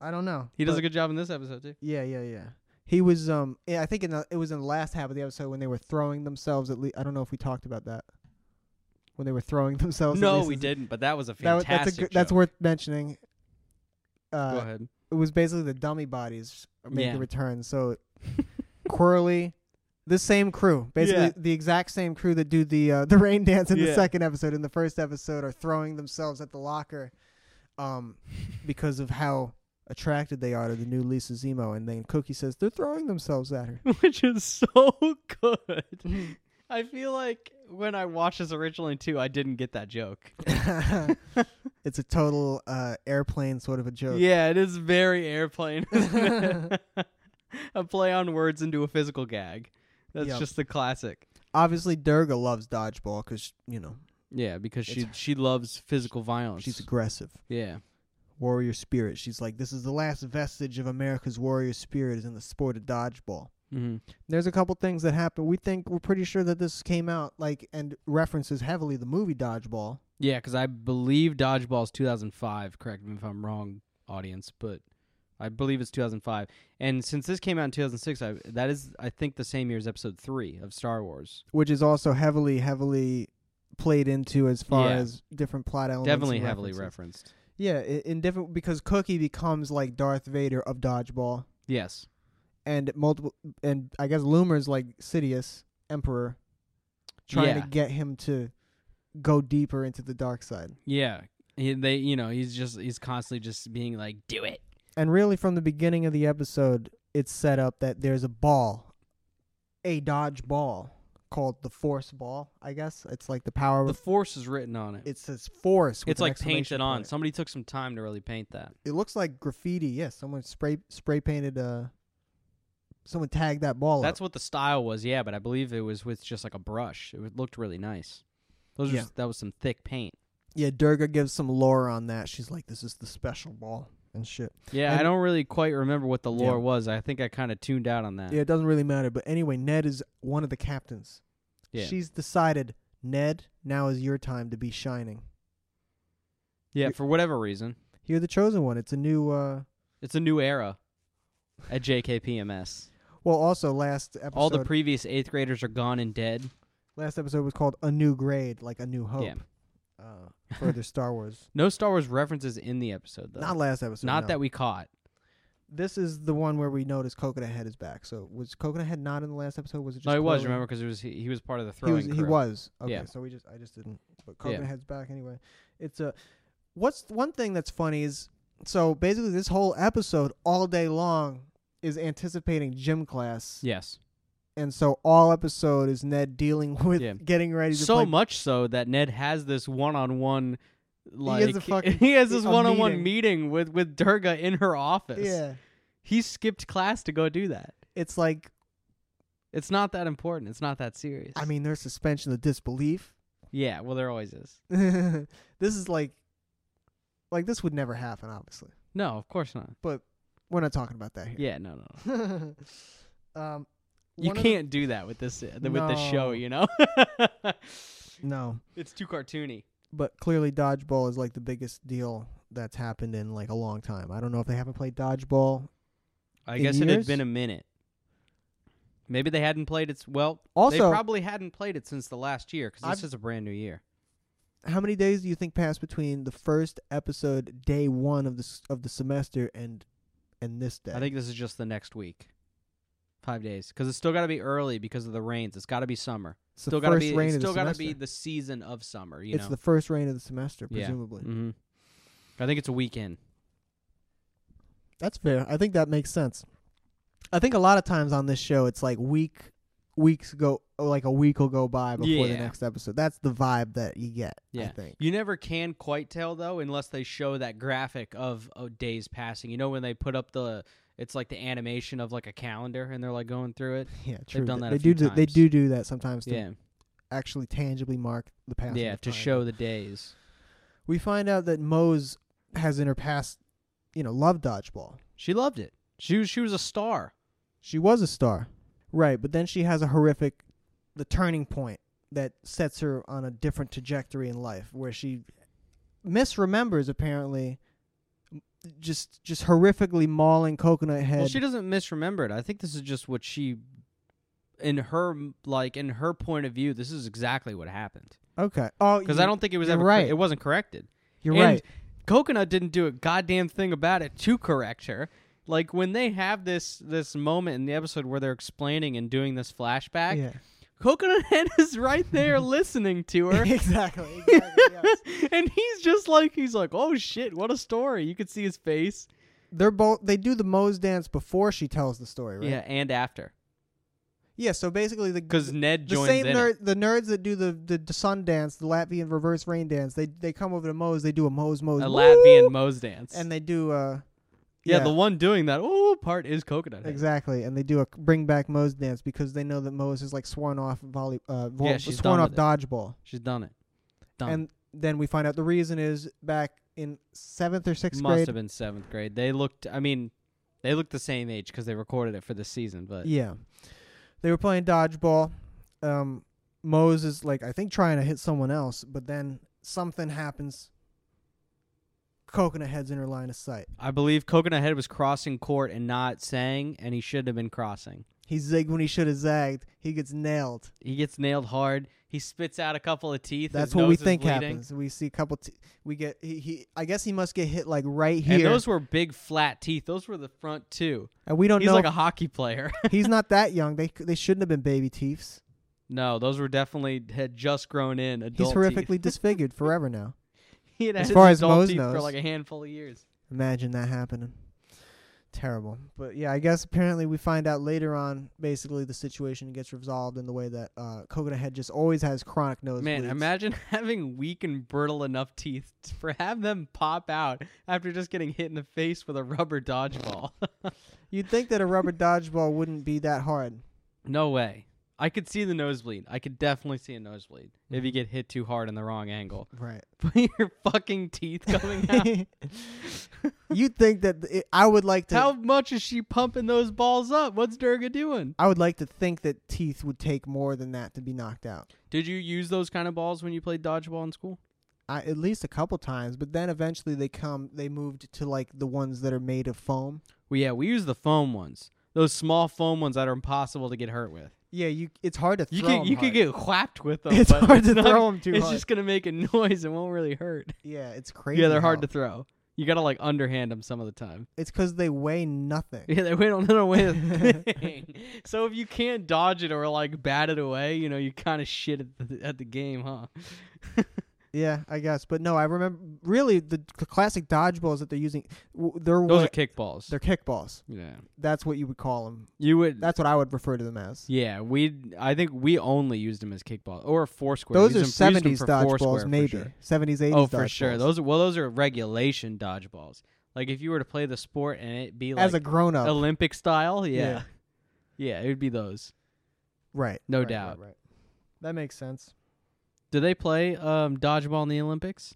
I don't know. He does but- a good job in this episode too. Yeah, yeah, yeah. He was um yeah, I think in the it was in the last half of the episode when they were throwing themselves at least I don't know if we talked about that. When they were throwing themselves at No, Lisa's- we didn't. But that was a That, wa- fantastic. that's a good, that's joke. worth mentioning. Uh, Go ahead. it was basically the dummy bodies making Yeah. a return. So Quirly, the same crew, basically Yeah. the exact same crew that do the uh, the rain dance in the Yeah. second episode. In the first episode, are throwing themselves at the locker, um, because of how attracted they are to the new Lisa Zemo. And then Cookie says they're throwing themselves at her. Which is so good. I feel like when I watched this originally too, I didn't get that joke. it's a total uh, airplane sort of a joke. Yeah, it is very airplane. isn't it? a play on words into a physical gag. That's Yep. just the classic. Obviously, Durga loves dodgeball because you know Yeah, because she It's- she loves physical violence. she's aggressive. yeah. warrior spirit. She's like, this is the last vestige of America's warrior spirit is in the sport of dodgeball. hmm There's a couple things that happen. We think we're pretty sure that this came out like and references heavily the movie Dodgeball. Yeah, because I believe Dodgeball's 2005. Correct me if I'm wrong, audience, but I believe it's 2005. And since this came out in 2006, I, that is, I think, the same year as Episode Three of Star Wars. which is also heavily, heavily played into as far Yeah. as different plot elements. and Definitely heavily references. referenced. Yeah, i- in different because Cookie becomes like Darth Vader of dodgeball, Yes. and multiple, and I guess Loomer's like Sidious, Emperor. trying Yeah. to get him to go deeper into the dark side. Yeah. He, they, you know, he's just he's constantly just being like, "Do it." And really, from the beginning of the episode, it's set up that there's a ball, a dodge ball called the force ball. I guess it's like the power. The Of, force is written on it. it says force. With It's an like exclamation painted on. point. Somebody took some time to really paint that. It looks like graffiti. Yes, someone spray spray painted. Uh, someone tagged that ball. That's up. what the style was, yeah. But I believe it was with just like a brush. It w- looked really nice. Those Yeah. was, that was some thick paint. yeah. Durga gives some lore on that. She's like, "This is the special ball and shit." Yeah, I And- don't really quite remember what the Yeah. lore was. I think I kind of tuned out on that. Yeah, it doesn't really matter. But anyway, Ned is one of the captains. Yeah. She's decided, Ned, now is your time to be shining. yeah, for whatever reason, You're the chosen one. It's a new. uh it's a new era at JKPMS. Well, also last episode, All the previous eighth graders are gone and dead. last episode was called "A New Grade," like a new hope. Yeah. Uh, for the Star Wars, No Star Wars references in the episode though. not last episode. Not no. that we caught. This is the one where we notice Coconut Head is back. So was Coconut Head not in the last episode? Was it just no, he was Chloe? remember because it was he, he was part of the He throwing was. He crew. was. Okay, Yeah. so we just I just didn't. But Coconut Head's back anyway. It's a. What's one thing that's funny is so basically this whole episode all day long is anticipating gym class, Yes. and so all episode is Ned dealing with Yeah. getting ready to so play much so that Ned has this one-on-one like a fucking- he has this a one-on-one meeting. meeting. with with Durga in her office. Yeah, He skipped class to go do that. it's like It's not that important. It's not that serious. I mean, there's suspension of disbelief. yeah, well there always is. this is like, like this would never happen. Obviously, No, of course not. we're not talking about that here. Yeah, no, no. no. um, You one of the- can't do that with this uh, with this show, No. you know. no, it's too cartoony. but clearly, dodgeball is like the biggest deal that's happened in like a long time. I don't know if they haven't played dodgeball. I In guess it had years? been a minute. Maybe they hadn't played it. s- Well, Also, they probably hadn't played it since the last year because I've- this is a brand new year. how many days do you think passed between the first episode, day one of the s- of the semester, and and this day? I think this is just the next week. Five days because it's still got to be early because of the rains. It's got to be summer. it's the Still got to first be. rain It's of the still got to semester. be the season of summer. You it's know. the first rain of the semester, Yeah. presumably. hmm I think it's a weekend. That's fair. I think that makes sense. I think a lot of times on this show, it's like week weeks go like a week will go by before Yeah. the next episode. That's the vibe that you get. I Yeah. think. You never can quite tell though, unless they show that graphic of oh, days passing. You know when they put up the, it's like the animation of like a calendar, and they're like going through it. Yeah, true. done that they a do. few do They times. do do that sometimes to Yeah, actually tangibly mark the past. yeah, to show the days. We find out that Mose has in her past, you know, loved dodgeball. She loved it. She was, she was a star. She was a star, right? But then she has a horrific, the turning point that sets her on a different trajectory in life, where she misremembers apparently, just just horrifically mauling Coconut Head. Well, she doesn't misremember it. I think this is just what she, in her like in her point of view, this is exactly what happened. okay. Oh, Because you- I don't think it was you're ever right. it wasn't corrected. You're and right. Coconut didn't do a goddamn thing about it to correct her. Like when they have this this moment in the episode where they're explaining and doing this flashback, Yeah. Coconut Head is right there listening to her. exactly. exactly yes. and he's just like he's like, "Oh shit, what a story." You could see his face. They're both. They do the Mose dance before she tells the story, right? Yeah, and after. Yeah. So basically, the Cuz Ned the joins same in. it. nerd, the nerds that do the, the the sun dance, the Latvian reverse rain dance, they they come over to Mose, they do a Mose Mose a woo! Latvian Moe's dance. and they do uh yeah, the one doing that oh part is Coconut. Head. exactly and they do a bring back Mose dance because they know that Mose is like sworn off volley uh vol- Yeah, she's sworn done off with it. dodgeball She's done it. Done. and then we find out the reason is back in seventh or sixth must grade have been seventh grade. They looked. I mean, they looked the same age because they recorded it for the season. But yeah they were playing dodgeball um Mose is like I think trying to hit someone else but then something happens coconut heads in her line of sight I believe Coconut Head was crossing court and not saying, and he should have been crossing. He zigged when he should have zagged. He gets nailed. He gets nailed hard. He spits out a couple of teeth. That's his what we nose is think bleeding. happens. We see a couple. T- we get he, he. I guess he must get hit like right here. And those were big flat teeth. Those were the front two. And we don't He's know. like a hockey player. if- he's not that young. They c- they shouldn't have been baby teeths. No, those were definitely had just grown in. Adult He's teeth. horrifically disfigured forever now. He had as had far his as adult Moe's teeth for knows. like a handful of years. Imagine that happening. Terrible. But yeah, I guess apparently we find out later on basically the situation gets resolved in the way that uh, Coconut Head just always has chronic nose. Man, imagine having weak and brittle enough teeth t- for have them pop out after just getting hit in the face with a rubber dodgeball. You'd think that a rubber dodgeball wouldn't be that hard. no way. I could see the nosebleed. I could definitely see a nosebleed if you Mm-hmm. get hit too hard in the wrong angle. Right. But your fucking teeth coming out. You'd think that it, I would like to. How much is she pumping those balls up? What's Durga doing? I would like to think that teeth would take more than that to be knocked out. Did you use those kind of balls when you played dodgeball in school? I, at least a couple times, but then eventually they come. They moved to like the ones that are made of foam. Well, yeah, we use the foam ones. Those small foam ones that are impossible to get hurt with. Yeah, you. It's hard to throw. You could 'em you could hard. get whacked with them. It's but hard to not- throw 'em too It's hard. just gonna make a noise and won't really hurt. Yeah, it's crazy. yeah, they're hard how- to throw. You gotta like underhand them some of the time. It's because they weigh nothing. Yeah, they went on their way. thing. so if you can't dodge it or like bat it away, you know you kind of shit at the, at the game, huh? Yeah, I guess. But no, I remember really the, the classic dodgeballs that they're using. W- they're Those what, are kickballs. they're kickballs. yeah, That's what you would call them. you would. That's what I would refer to them as. yeah, we. I think we only used them as kickball or foursquare. Those We are used them- we used them seventies for foursquare dodgeballs, for maybe sure. seventies, eighties. Oh, for sure. Those well, those are regulation dodgeballs. Like if you were to play the sport and it be like as a grown up, Olympic style, yeah. Yeah. yeah, it would be those. right? no right, doubt. Right, right. That makes sense. Do they play um, dodgeball in the Olympics?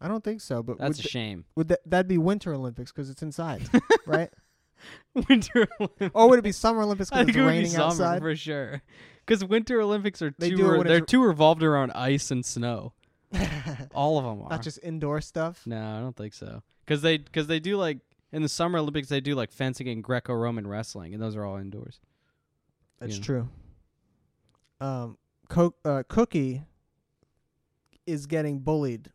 I don't think so, but That's would, a th- shame. would that that'd be Winter Olympics because it's inside, right? Winter Olympics. Or would it be Summer Olympics I because think it's it would be raining summer outside? for sure. Because Winter Olympics are They too do it re- when they're it's- too revolved around ice and snow. All of them are. Not just indoor stuff. no, I don't think so. Because they because they do like in the Summer Olympics they do like fencing and Greco-Roman wrestling, and those are all indoors. That's Yeah. true. Um, Co- uh, Cookie is getting bullied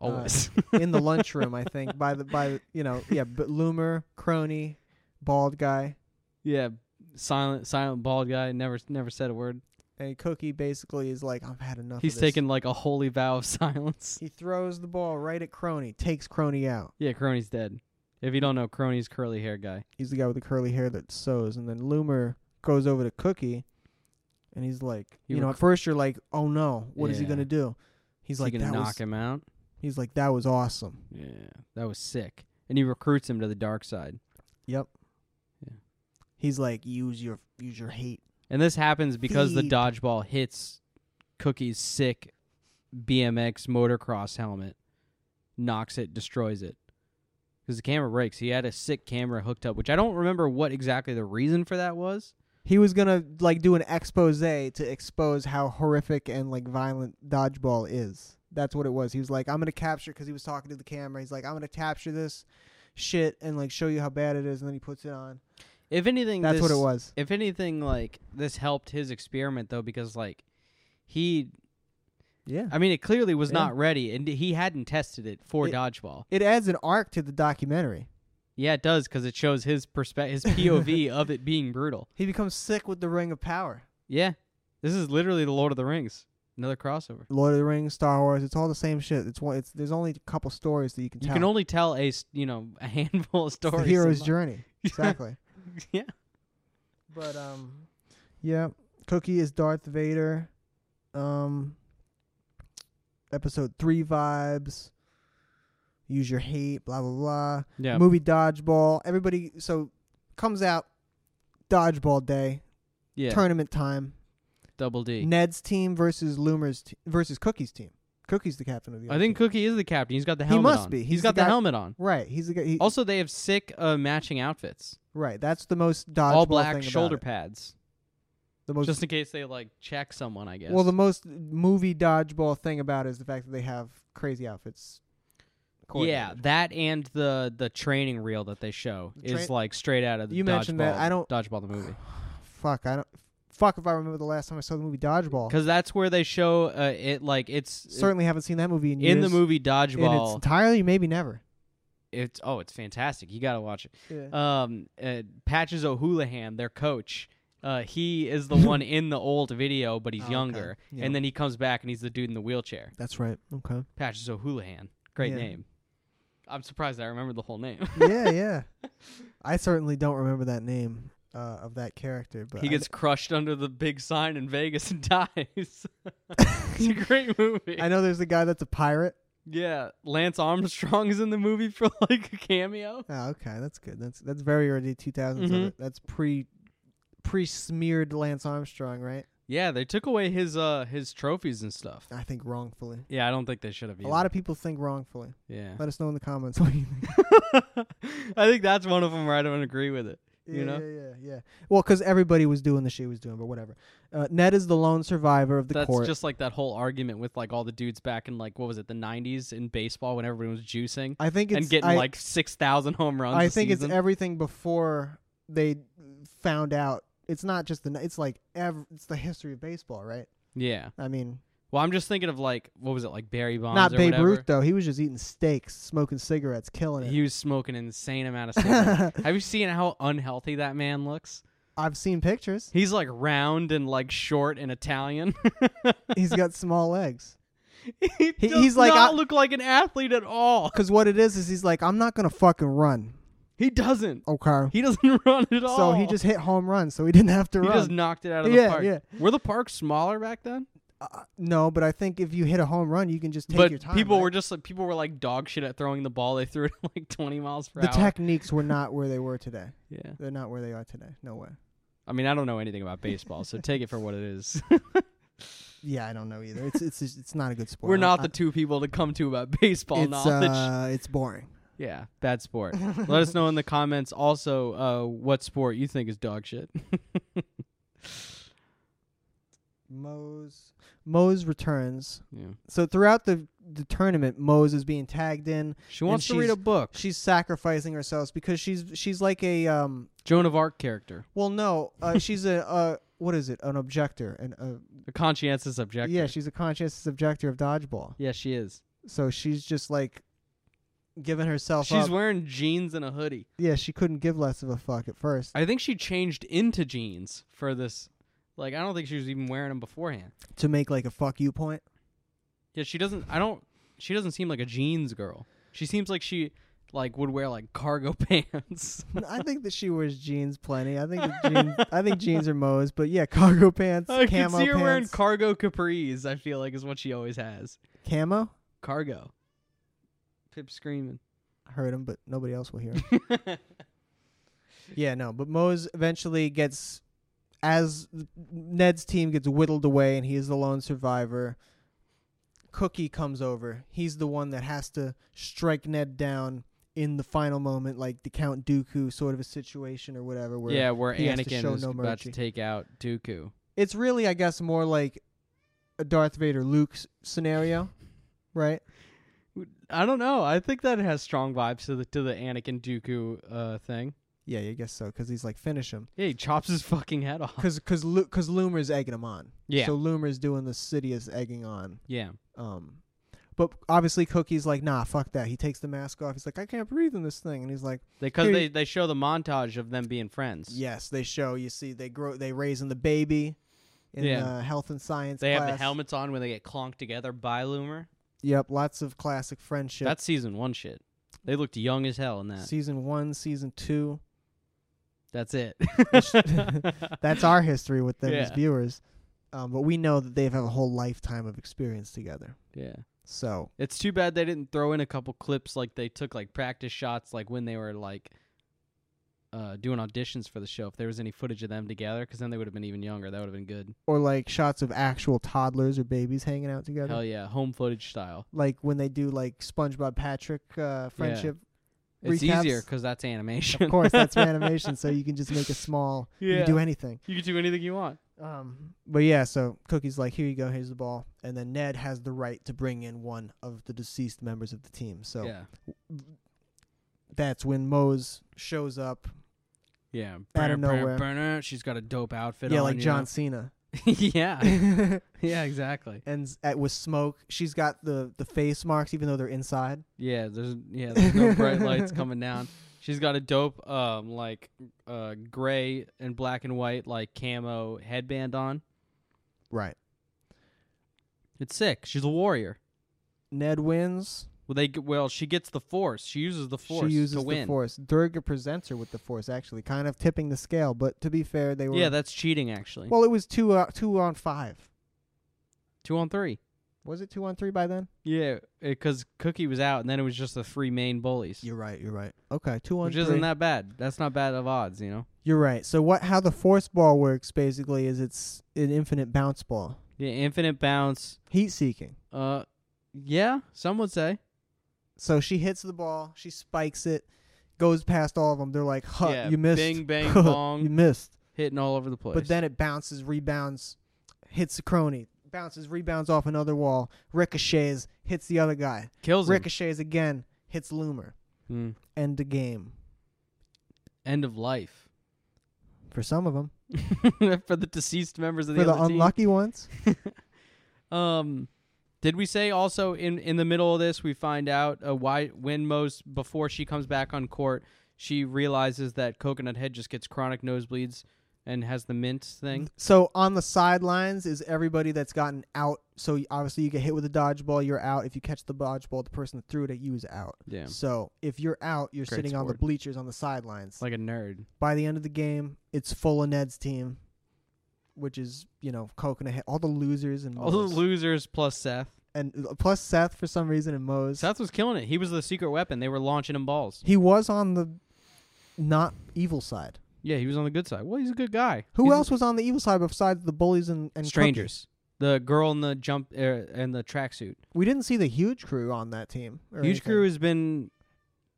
Uh, Always. in the lunchroom. I think by the by, the, you know, yeah, but Loomer, crony, bald guy, yeah, silent silent bald guy never never said a word. and Cookie basically is like, I've had enough. He's of this." taken like a holy vow of silence. He throws the ball right at Crony, takes Crony out. Yeah, Crony's dead. If you don't know, Crony's curly hair guy. He's the guy with the curly hair that sews, and then Loomer goes over to Cookie, and he's like, He you know, rec- at first you're like, oh no, what is he Yeah. gonna do? He's Is like, he gonna that knock was. him out? He's like, that was awesome. Yeah, that was sick. And he recruits him to the dark side. Yep. Yeah. He's like, use your use your hate. And this happens because the Feed. dodgeball hits Cookie's sick BMX motocross helmet, knocks it, destroys it. Because the camera breaks. He had a sick camera hooked up, which I don't remember what exactly the reason for that was. He was gonna like do an expose to expose how horrific and like violent dodgeball is. That's what it was. He was like, I'm gonna capture because he was talking to the camera. He's like, I'm gonna capture this shit and like show you how bad it is. And then he puts it on. If anything, That's what it this- was. if anything, like this helped his experiment though, because like he Yeah. I mean, it clearly was Yeah. not ready, and he hadn't tested it for It- dodgeball. It adds an arc to the documentary. Yeah, it does because it shows his perspective, his POV of it being brutal. He becomes sick with the Ring of Power. Yeah, this is literally the Lord of the Rings, another crossover. Lord of the Rings, Star Wars, it's all the same shit. It's one. It's there's only a couple stories that you can You tell. can only tell a s- you know a handful of It's stories. the hero's in life. journey. Exactly. Yeah. But um, yeah, Cookie is Darth Vader. Um, episode three vibes. Use your hate, blah blah blah. Yeah, Movie Dodgeball. Everybody, so comes out Dodgeball Day yeah, tournament time. double D. Ned's team versus Loomer's t- versus Cookie's team. Cookie's the captain of the. I other think team. Cookie is the captain. He's got the He helmet must on. be. He's He's got the the guy- helmet on. right. He's the guy. He, Also, they have sick uh, matching outfits, right. That's the most dodgeball all thing black about shoulder it. pads, The most just in case they like check someone. I guess. Well, the most movie dodgeball thing about it is the fact that they have crazy outfits. Yeah, coordinated. that and the the training reel that they show The is tra- like straight out of the You mentioned that. Dodgeball- I don't- dodgeball the movie Fuck, I don't. Fuck if I remember the last time I saw the movie Dodgeball. because that's where they show uh, it like it's Certainly haven't seen that movie in years. in the movie in its dodgeball. entirely, maybe never. It's oh, it's fantastic. You got to watch it. Yeah. Um, uh, Patches O'Houlihan, their coach, Uh, he is the one in the old video, but he's Oh, okay. younger. Yeah. And then he comes back and he's the dude in the wheelchair. That's right. Okay. Patches O'Houlihan. Great Yeah. name. I'm surprised I remember the whole name. yeah, yeah. I certainly don't remember that name uh, of that character, but he I- gets crushed under the big sign in Vegas and dies. it's a great movie. I, know there's a guy that's a pirate. Yeah, Lance Armstrong is in the movie for like a cameo. Oh, okay, that's good. That's that's very early 2000s. of Mhm. it. That's pre pre smeared Lance Armstrong, right? Yeah, they took away his uh his trophies and stuff. I think wrongfully. Yeah, I don't think they should have. A lot of people think wrongfully. yeah. Let us know in the comments what you think. I think that's one of them where I don't agree with it. You yeah, know? yeah, yeah, yeah. Well, because everybody was doing the shit he was doing, but whatever. Uh, Ned is the lone survivor of the that's court. just like that whole argument with like all the dudes back in like what was it the '90s in baseball when everyone was juicing I think it's and getting I, like six thousand home runs. I a think season. it's everything before they found out. It's not just the. It's like ev- It's the history of baseball, right? yeah. I mean, Well, I'm just thinking of like what was it like Barry Bonds not or Babe whatever. Ruth though. He was just eating steaks, smoking cigarettes, killing it. He was smoking an insane amount of cigarettes. Have you seen how unhealthy that man looks? I've seen pictures. He's like round and like short and Italian. He's got small legs. he He- does he's like, not I- look like an athlete at all. Cause what it is is he's like, I'm not gonna fucking run, He doesn't. okay? He doesn't run at all. So he just hit home runs, so he didn't have to he run. just knocked it out of the Yeah, park. yeah. Were the parks smaller back then? Uh, no, but I think if you hit a home run, you can just take but your time. people right? were just like people were like dog shit at throwing the ball. They threw it like 20 miles per the hour. techniques were not where they were today. yeah. They're not where they are today. No way. I mean, I don't know anything about baseball, so take it for what it is. Yeah, I don't know either. It's it's just- it's not a good sport. We're I- not I- the two people to come to about baseball it's, knowledge. Uh, it's boring. Yeah, bad sport. Let us know in the comments also uh, what sport you think is dog shit. Mose Mose returns. yeah. So throughout the the tournament, Mose is being tagged in. She wants to she's- read a book. She's sacrificing herself because she's she's like a um. Joan of Arc character, Well, no, uh, she's a uh. What is it? An objector. An uh, a conscientious objector. yeah, she's a conscientious objector of dodgeball. yeah, she is. So she's just like giving herself She's up. wearing jeans and a hoodie. yeah, she couldn't give less of a fuck at first. I think she changed into jeans for this. Like, I don't think she was even wearing them beforehand. to make like a fuck you point. Yeah, she doesn't. I don't. She doesn't seem like a jeans girl. She seems like she like would wear like cargo pants. I think that she wears jeans plenty. I think that jeans, I think jeans are Moe's, but yeah, cargo pants, I can camo see her wearing pants, cargo capris. I feel like is what she always has. camo. Cargo. Pip screaming. I heard him, but nobody else will hear him. yeah, no, but Moe's eventually gets as Ned's team gets whittled away, and he is the lone survivor. Cookie comes over. He's the one that has to strike Ned down in the final moment, like the Count Dooku sort of a situation or whatever. Where yeah, where he has to show Anakin is no about to mercy. take out Dooku. it's really, I guess, more like a Darth Vader Luke s- scenario, right? I don't know. I think that has strong vibes to the to the Anakin Dooku uh, thing. Yeah, I guess so, because he's like finish him, Yeah, he chops his fucking head off. because because because Loomer's egging him on. Yeah. So Loomer's doing the Sidious egging on. Yeah. Um, but obviously Cookie's like, nah, fuck that. He takes the mask off. He's like, I can't breathe in this thing, and he's like, Because Here- they, they show the montage of them being friends. yes, they show. You see, they grow, they raising the baby. In Yeah. uh, health and science They have the class. helmets on when they get clonked together by Loomer. Yep, lots of classic friendship. That's season one shit. They looked young as hell in that. season one, season two. That's it. that's our history with them as Yeah. viewers. Um, but we know that they've had a whole lifetime of experience together. yeah. So It's too bad they didn't throw in a couple clips like they took like practice shots like when they were like uh doing auditions for the show if there was any footage of them together cuz then they would have been even younger. That would have been good. or like shots of actual toddlers or babies hanging out together. Hell yeah, home footage style. Like when they do like SpongeBob Patrick uh, friendship. It's Recaps? easier cuz that's animation. Of course, that's animation, so you can just make a small. You Yeah. can do anything. you can do anything you want. Um, but yeah, so Cookie's like, here you go, here's the ball, and then Ned has the right to bring in one of the deceased members of the team. So Yeah. that's when Mose shows up. Yeah. Out of Brr, brr, nowhere. brr. She's got a dope outfit yeah, on, like you John know? Cena. yeah. Yeah, exactly. and s- at, with smoke. She's got the the face marks, even though they're inside. Yeah, there's yeah, there's no bright lights coming down. She's got a dope um like uh gray and black and white like camo headband on. Right. It's sick. She's a warrior. Ned wins. Well, they g- well she gets the force. She uses the force she uses to win. the force. Durga presents her with the force, actually, kind of tipping the scale. But to be fair, they were Yeah, that's cheating actually. well. It was two uh, two on five. Two on three. Was it two on three by then? Yeah, because Cookie was out, and then it was just the three main bullies, You're right. You're right. Okay, two on which 3 isn't that bad. That's not bad of odds, you know. You're right. So what? How the force ball works basically is it's an infinite bounce ball, Yeah, infinite bounce. heat seeking. Uh, yeah, some would say. So she hits the ball, she spikes it, goes past all of them. They're like, "Huh, Yeah, you missed." bing, bang, you bong. missed. hitting all over the place. But then it bounces, rebounds, hits a crony, bounces, rebounds off another wall, ricochets, hits the other guy, kills him. ricochets again, hits Loomer. Mm. End the game End of life for some of them. for the deceased members of the for the other team. unlucky ones, Um, did we say also in in the middle of this we find out uh, why when Mo's before she comes back on court she realizes that Coconut Head just gets chronic nosebleeds and has the mint thing. so on the sidelines is everybody that's gotten out. So y- obviously you get hit with a dodgeball, you're out. If you catch the dodgeball, the person that threw it at you is out. Yeah, So if you're out, you're Great sitting on the sport. bleachers on the sidelines. like a nerd. by the end of the game, it's full of Ned's team, which is you know coconut, Head- all the losers and All the Moe's. losers plus Seth. and uh, plus Seth for some reason and Moe's. Seth was killing it. He was the secret weapon. They were launching him balls. He was on the not evil side. Yeah, he was on the good side. Well, he's a good guy. Who He's a- else was on the evil side besides the bullies and, and Cookie? Strangers. The girl in the jump uh, and the tracksuit. We didn't see the huge crew on that team. or Huge anything. crew has been.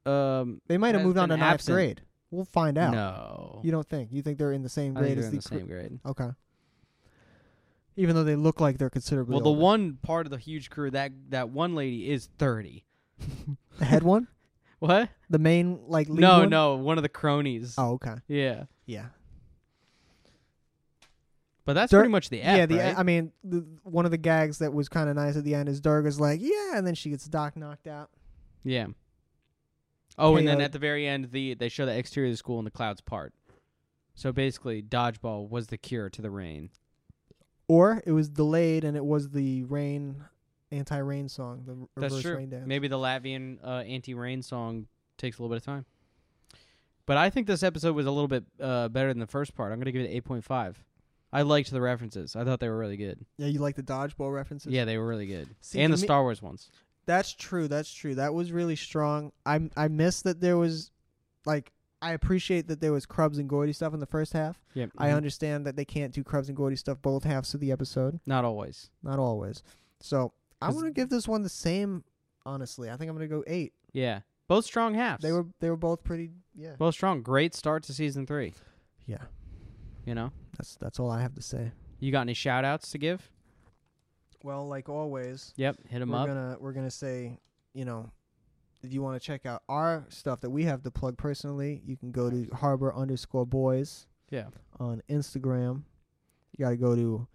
Um, They might have has moved on to been ninth absent. grade. We'll find out. no, You don't think? You think they're in the same I think grade they're as in the crew? same grade. Okay. Even though they look like they're considerably Well, the older. one part of the huge crew that that one lady is thirty. the head one, What? the main like lead no, one? no, one of the cronies. Oh, okay. Yeah, Yeah. but that's Dur- pretty much the F, yeah, the right? I mean, the, one of the gags that was kind of nice at the end is Durga's like, "Yeah," and then she gets Doc knocked out. yeah. Oh, and Hey, then uh, at the very end, the they show the exterior of the school and the clouds part. So basically, dodgeball was the cure to the rain. Or it was delayed, and it was the rain, anti-rain song, the r- That's reverse true. rain dance. Maybe the Latvian uh, anti-rain song takes a little bit of time. But I think this episode was a little bit uh, better than the first part. I'm gonna give it eight point five. I liked the references. I thought they were really good. Yeah, you like the dodgeball references. Yeah, they were really good. See, and to the me- Star Wars ones. that's true. That's true. That was really strong. I I miss that there was, like, I appreciate that there was Krubs and Gordy stuff in the first half. Yeah, I mhm. understand that they can't do Krubs and Gordy stuff both halves of the episode. Not always. Not always. So I 'Cause- want to give this one the same. Honestly, I think I'm gonna go eight. Yeah, both strong halves. They were they were both pretty yeah. both strong. Great start to season three. Yeah. You know, That's that's all I have to say. you got any shout outs to give? Well, like always, Yep, hit them we're up. gonna we're gonna say, you know, if you want to check out our stuff that we have to plug personally, you can go to harbor underscore boys Yeah, on Instagram. You gotta go to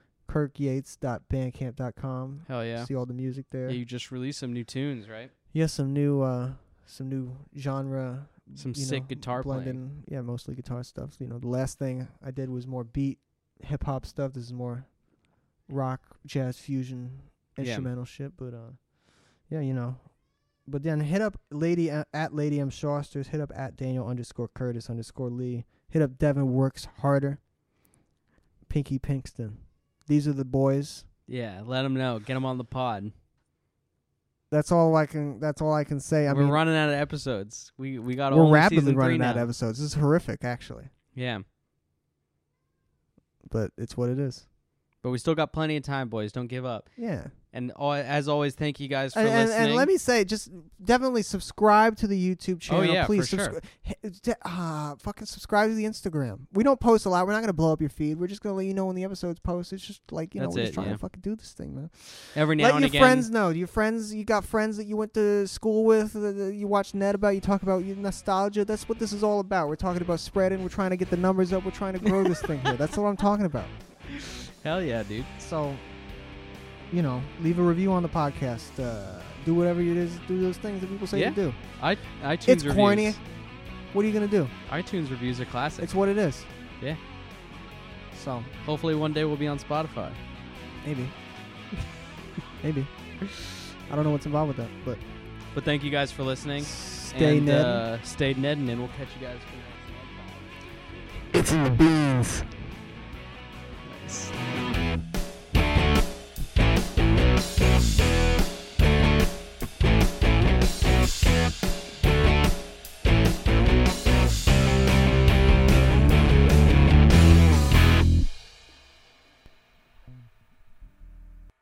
kirkyates.bandcamp.com. hell yeah. See all the music there. Yeah, you just released some new tunes, right? yeah, some new uh some new genre Some you sick know, guitar playing. blending, Yeah, mostly guitar stuff. you know, the last thing I did was more beat, hip hop stuff. This is more rock, jazz fusion, Yeah. instrumental shit. But uh, yeah, you know. But then hit up lady a- at lady M Shosters. Hit up at Daniel underscore Curtis underscore Lee. Hit up Devin works harder. Pinky Pinkston. These are the boys. Yeah, let them know. Get them on the pod. That's all I can. That's all I can say. I we're mean, running out of episodes. We we got we're only rapidly season running three out now. of episodes. This is horrific, actually. yeah, But it's what it is. but we still got plenty of time, boys. Don't give up. Yeah. And al- as always, thank you guys for and, and, listening. Oh, and let me say, just definitely subscribe to the YouTube channel. yeah, for Please sure. subscribe. Uh, fucking subscribe to the Instagram. We don't post a lot. We're not gonna blow up your feed. We're just gonna let you know when the episodes post. It's just like you know, That's we're it, just trying yeah. to fucking do this thing, man. Every now let and your again, friends know. Your friends, you got friends that you went to school with. That that you watch net about. You talk about your nostalgia. That's what this is all about. We're talking about spreading. We're trying to get the numbers up. We're trying to grow this thing here. That's what I'm talking about. hell yeah, dude. So, you know, leave a review on the podcast. Uh, do whatever it is. Do those things that people say Yeah. to do. I iTunes It's reviews. corny. What are you gonna do? iTunes reviews are classic. It's what it is. Yeah. So Hopefully, one day we'll be on Spotify. maybe, maybe. I don't know what's involved with that, but But thank you guys for listening. stay and, Ned. Uh, stay Ned, and we'll catch you guys for the next one. it's in the beans. Nice.